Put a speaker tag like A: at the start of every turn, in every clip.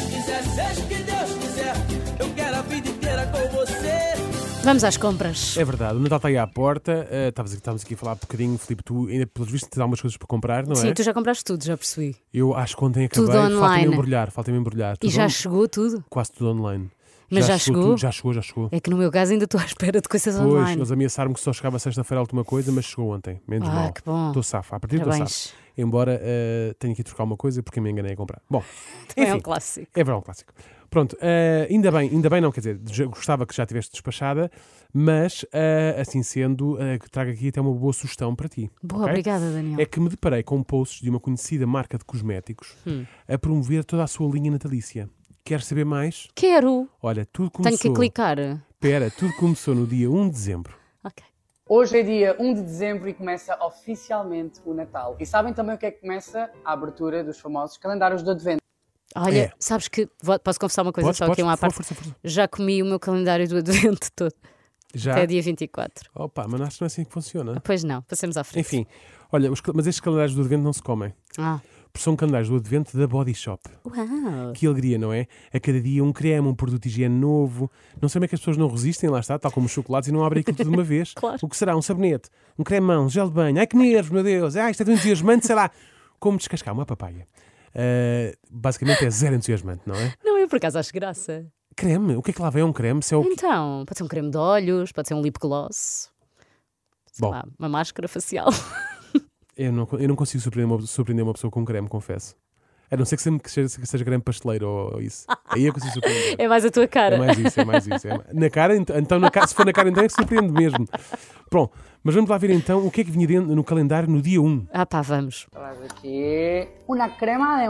A: Seja o que Deus quiser, eu quero a vida inteira com você.
B: Vamos às compras.
C: É verdade, o Natal está aí à porta. eh, estavas- Estávamos aqui a falar um bocadinho, Filipe, tu ainda, pelos vistos, tens algumas coisas para comprar, não
B: Sim,
C: é?
B: tu já compraste tudo, já percebi.
C: Eu acho que ontem
B: Tudo
C: acabei, falta-me
B: online.
C: embrulhar, falta-me embrulhar.
B: E
C: Tudo
B: já
C: on-
B: chegou tudo?
C: Quase tudo online.
B: Mas já chegou?
C: tudo, já chegou, já chegou.
B: É que no meu caso ainda estou à espera de coisas
C: Pois, é
B: online.
C: eles ameaçaram-me que só chegava sexta-feira alguma coisa, mas chegou ontem. Menos
B: Ah,
C: mal.
B: que bom.
C: Estou safo. A partir do
B: Parabéns.
C: safo. Embora eh, tenha que ir trocar uma coisa porque me enganei a comprar. Bom,
B: É
C: enfim,
B: um clássico.
C: É verão clássico. Pronto, eh, ainda bem, ainda bem não, quer dizer, já gostava que já tiveste despachada, mas eh, assim sendo, eh, que trago aqui até uma boa sugestão para ti.
B: Boa,
C: ok?
B: obrigada, Daniel.
C: É que me deparei com posts de uma conhecida marca de cosméticos
B: Hum.
C: a promover toda a sua linha natalícia. Queres saber mais?
B: Quero.
C: Olha, tudo
B: Tenho
C: começou.
B: que clicar.
C: Pera, tudo começou no dia 1 de dezembro.
B: Ok.
D: Hoje é dia 1 de dezembro e começa oficialmente o Natal. E sabem também o que é que começa? A abertura dos famosos calendários do Advento.
B: Olha,
C: É.
B: sabes que. vou- Posso confessar uma coisa
C: Podes,
B: só aqui
C: podes,
B: uma à
C: por favor,
B: parte?
C: força, força.
B: Já comi o meu calendário do advento todo,
C: Já.
B: até dia 24.
C: Opa, mas acho que não é assim que funciona.
B: Pois não, passemos à frente.
C: Enfim, olha, os cal- mas estes calendários do advento não se comem.
B: Ah.
C: Porque são calendários do advento da Body Shop.
B: Uau!
C: Que alegria, não é? A cada dia um creme, um produto de higiene novo. Não sei como é que as pessoas não resistem, lá está, tal como os chocolates, e não abrem aquilo tudo de uma vez.
B: Claro.
C: O que será? Um sabonete, um cremão, um gel de banho. Ai que nervos, meu Deus! Ai, isto é tão entusiasmante, sei lá. Como descascar uma papaya. Ah, basicamente é zero entusiasmante, não é?
B: Não, eu por acaso acho graça.
C: Creme? O que é que lá vem? É um creme? Se é o que-
B: Então, pode ser um creme de olhos, pode ser um lip gloss. Sei
C: Bom.
B: lá, uma máscara facial.
C: eu, não, eu não consigo surpreender uma, surpreender uma pessoa com creme, confesso. A não ser que seja, que seja, que seja creme pasteleiro ou, ou isso. Aí eu consigo surpreender.
B: É mais a tua cara.
C: É mais isso, é mais isso. é mais- Na cara, ent- então, na cara, se for na cara, então é que surpreende mesmo. Pronto, mas vamos lá ver então o que é que vinha dentro- no calendário no dia 1.
B: Ah, pá, vamos.
D: Traz aqui uma crema de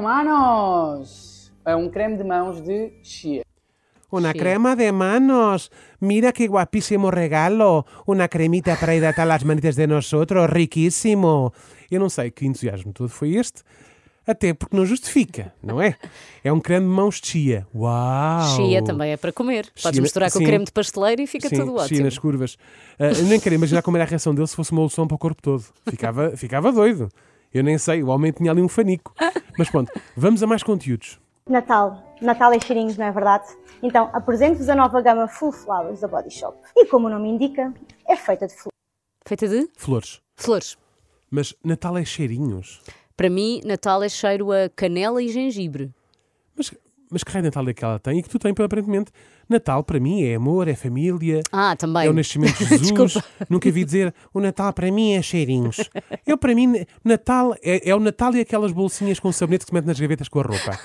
D: manos. É um creme de mãos de chia.
C: Uma
B: Sim.
C: crema de manos. Mira que guapíssimo regalo. Uma cremita para hidratar as manitas de nós outros. Riquíssimo. Eu não sei que entusiasmo todo foi este. Até porque não justifica, não é? É um creme de mãos de chia. Uau!
B: Chia também é para comer. Podes
C: Chia-
B: misturar com
C: sim.
B: o creme de pasteleiro e fica
C: Sim,
B: tudo
C: chia
B: ótimo.
C: nas curvas. Ah, eu nem quero imaginar como era a reação dele se fosse uma loção para o corpo todo. Ficava, ficava doido. Eu nem sei, o homem tinha ali um fanico. Mas pronto, vamos a mais conteúdos.
E: Natal. Natal é cheirinhos, não é verdade? Então, apresento-vos a nova gama Full Flowers da Body Shop. E como o nome indica, é feita de flores.
B: Feita de
C: Flores.
B: flores.
C: Mas Natal é cheirinhos.
B: Para mim, Natal é cheiro a canela e gengibre.
C: Mas, mas que raio de Natal é que ela tem e que tu tens, aparentemente? Natal para mim é amor, é família,
B: Ah, também.
C: é o nascimento de Jesus. Nunca vi dizer o Natal para mim é cheirinhos. Eu para mim, Natal é, é o Natal e aquelas bolsinhas com sabonete que se mete nas gavetas com a roupa.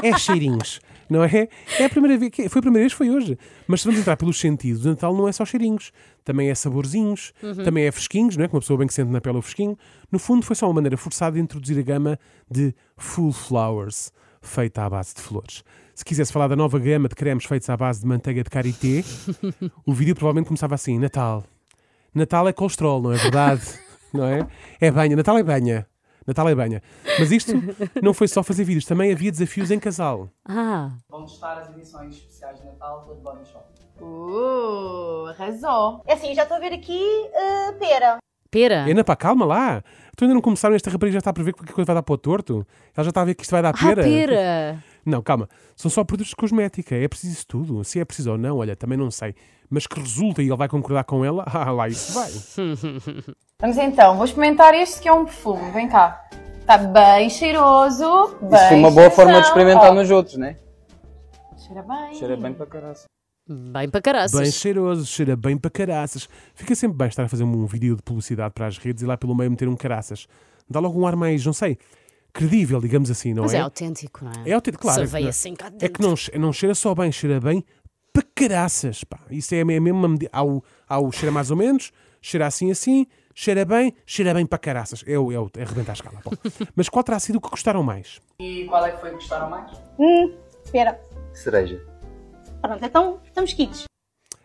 C: É cheirinhos, não é? É a primeira vez, que- foi a primeira vez, foi hoje. Mas se vamos entrar pelos sentidos, o Natal não é só cheirinhos, também é saborzinhos, também é fresquinhos, não é? Que uma pessoa bem que sente na pele o fresquinho. No fundo, foi só uma maneira forçada de introduzir a gama de full flowers, feita à base de flores. Se quisesse falar da nova gama de cremes feitos à base de manteiga de karité, o vídeo provavelmente começava assim: Natal. Natal é colesterol, não é verdade? não é? É banha. Natal é banha. Natal é banha. Mas isto não foi só fazer vídeos, também havia desafios em casal.
B: Ah,
D: Vão testar as edições especiais de Natal todo Body Shop.
F: Uh, arrasou.
E: É assim, já estou a ver aqui eh, pera.
B: pera.
C: Ana, pá, calma lá. Tu ainda não começaram, esta rapariga já está a prever que a coisa vai dar para o torto. Ela já está a ver que isto vai dar
B: Ah, pera.
C: Não, calma. São só produtos de cosmética. É preciso isso tudo. Se é preciso ou não, olha, também não sei. Mas que resulta e ele vai concordar com ela, ah, lá isso vai.
F: Vamos então, vou experimentar este que é um perfume. Vem cá. Tá bem cheiroso. Bem
D: Isso foi uma boa forma de
F: cheirosão.
D: experimentar
F: Ó,
D: nos outros, né?
F: Cheira bem.
D: Cheira bem para caraças.
B: Bem para caraças.
C: Bem cheiroso, cheira bem para caraças. Fica sempre bem estar a fazer um vídeo de publicidade para as redes e lá pelo meio meter um caraças. Dá logo um ar mais, não sei, credível, digamos assim, não
B: Mas é
C: é?
B: autêntico, não é?
C: É autêntico, claro.
B: Só
C: é que
B: veio
C: não-
B: assim cá
C: É que
B: dentro.
C: não, che- não cheira só bem, cheira bem para caraças, pá. Isso é a me- a mesma medida. Há o, há o cheira mais ou menos, cheira assim assim, cheira bem, cheira bem para caraças. É, o, é, o, é arrebentar a escala. Bom. Mas qual terá sido o que gostaram mais?
D: E qual é que foi que gostaram mais?
E: Hum, pera.
G: Cereja.
E: Pronto, então estamos quites.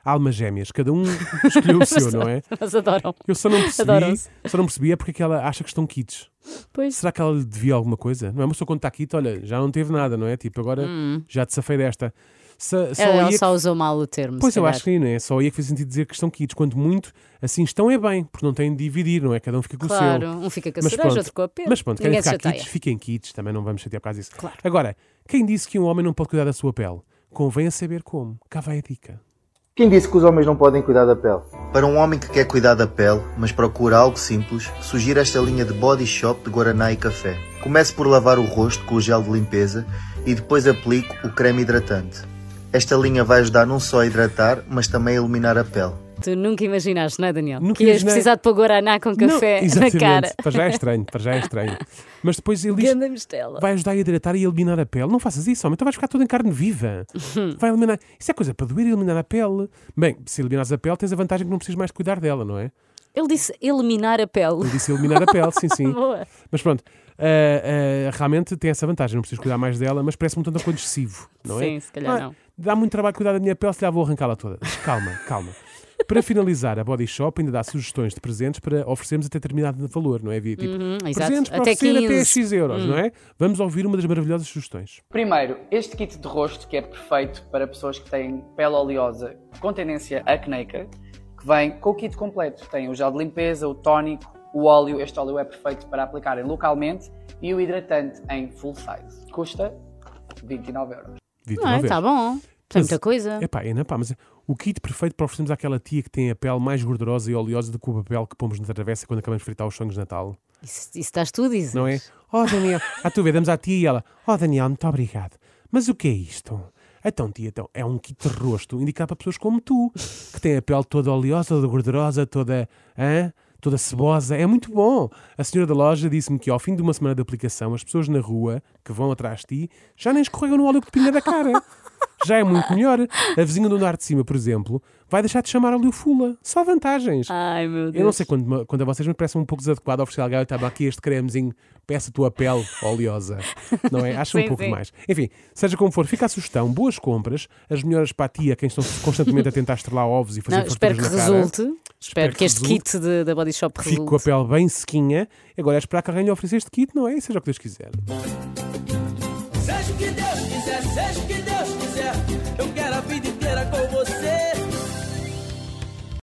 C: Almas gêmeas, cada um escolheu o seu, não é?
B: Mas adoram.
C: Eu só não percebi,
B: Adoram-se.
C: só não percebi é porque é que ela acha que estão kits.
B: Pois.
C: Será que ela lhe devia alguma coisa? Não é uma pessoa quando está quita, olha, já não teve nada, não é? Tipo, agora já te safei desta. Sa- só
B: Hum. Ela
C: aí é
B: só usou mal o termo.
C: Pois
B: se
C: eu
B: calhar.
C: acho que não é. Só aí é que fez sentido dizer que estão quites. Quanto muito, assim estão é bem, porque não têm de dividir, não é? Cada um fica com o
B: Claro,
C: seu.
B: um fica com a
C: Mas
B: cereja,
C: pronto.
B: outro com a pera.
C: Mas pronto, querem
B: Ninguém se
C: ficar
B: chateia.
C: quites, fiquem quites, também não vamos chatear por causa disso. Agora, quem disse que um homem não pode cuidar da sua pele? Convém a saber como. Cá vai a dica.
G: Quem disse que os homens não podem cuidar da pele?
H: Para um homem que quer cuidar da pele, mas procura algo simples, sugiro esta linha de Body Shop de Guaraná e Café. Comece por lavar o rosto com o gel de limpeza e depois aplique o creme hidratante. Esta linha vai ajudar não só a hidratar, mas também a iluminar a pele.
B: Tu nunca imaginaste, não é, Daniel?
C: Nunca
B: que ias
C: imaginei.
B: precisar de pôr Guaraná com café
C: não,
B: na
C: exatamente.
B: cara.
C: Para já é estranho, para já é estranho. Mas depois ele diz,
B: Ganda mistela.
C: vai ajudar a hidratar e eliminar a pele. Não faças isso, homem. Então vais ficar toda em carne viva. Vai eliminar. Isso é coisa para doer e eliminar a pele. Bem, se eliminares a pele, tens a vantagem que não precisas mais de cuidar dela, não é?
B: Ele disse eliminar a pele.
C: Ele disse eliminar a pele, sim, sim.
B: Boa.
C: Mas pronto, ah, ah, realmente tem essa vantagem, não preciso cuidar mais dela, mas parece-me um tanto quanto excessivo, não é?
B: Sim, se calhar
C: Ah,
B: não.
C: Dá muito trabalho cuidar da minha pele, se calhar vou arrancá-la toda. Mas Calma, calma. Para finalizar, a Body Shop ainda dá sugestões de presentes para oferecermos até determinado valor, não é? Havia tipo,
B: Uhum, exato.
C: presentes para
B: Até Hum.
C: oferecer
B: 15.
C: até X euros, não é? Vamos ouvir uma das maravilhosas sugestões.
D: Primeiro, este kit de rosto que é perfeito para pessoas que têm pele oleosa com tendência acneica, que vem com o kit completo. Tem o gel de limpeza, o tónico, o óleo. Este óleo é perfeito para aplicarem localmente e o hidratante em full size. Custa 29 euros.
C: Dito
B: Não
C: uma
B: é?
C: vez.
B: Está bom. Tem muita
C: Mas-
B: coisa.
C: Epá, é na pá, mas o kit perfeito para oferecermos àquela tia que tem a pele mais gordurosa e oleosa do que o papel que pomos na travessa quando acabamos de fritar os sonhos de Natal.
B: Isso, isso estás tu a dizer.
C: não é? Oh, Daniel, ah, tu vê, damos à tia e ela, oh, Daniel, muito obrigado. Mas o que é isto? Então, tia, então, é um kit de rosto indicado para pessoas como tu, que têm a pele toda oleosa, toda gordurosa, toda, hã? toda cebosa. É muito bom. A senhora da loja disse-me que ao fim de uma semana de aplicação, as pessoas na rua que vão atrás de ti já nem escorregam no óleo que te pinga da cara. Já é muito melhor. A vizinha do andar de cima, por exemplo, vai deixar de chamar óleo fula. Só vantagens.
B: Ai, meu Deus.
C: Eu não sei quando, me- quando a vocês me parece um pouco desadequado oferecer alguém, estava aqui este cremezinho, peça a tua pele oleosa. Não é? Acho um
B: Sim,
C: pouco
B: sim.
C: demais. Enfim, seja como for, fica a sugestão, boas compras, as melhoras para a tia, quem estão constantemente a tentar estrelar ovos e fazer
B: Não, espero que
C: farturas na cara.
B: resulte. Espero
C: que
B: que este
C: resulte.
B: kit de- da Body Shop
C: Fico com a
B: resulte.
C: pele bem sequinha. Agora é esperar que alguém lhe ofereça este kit, não é? E seja o que Deus quiser.
A: Seja o que Deus quiser, seja o que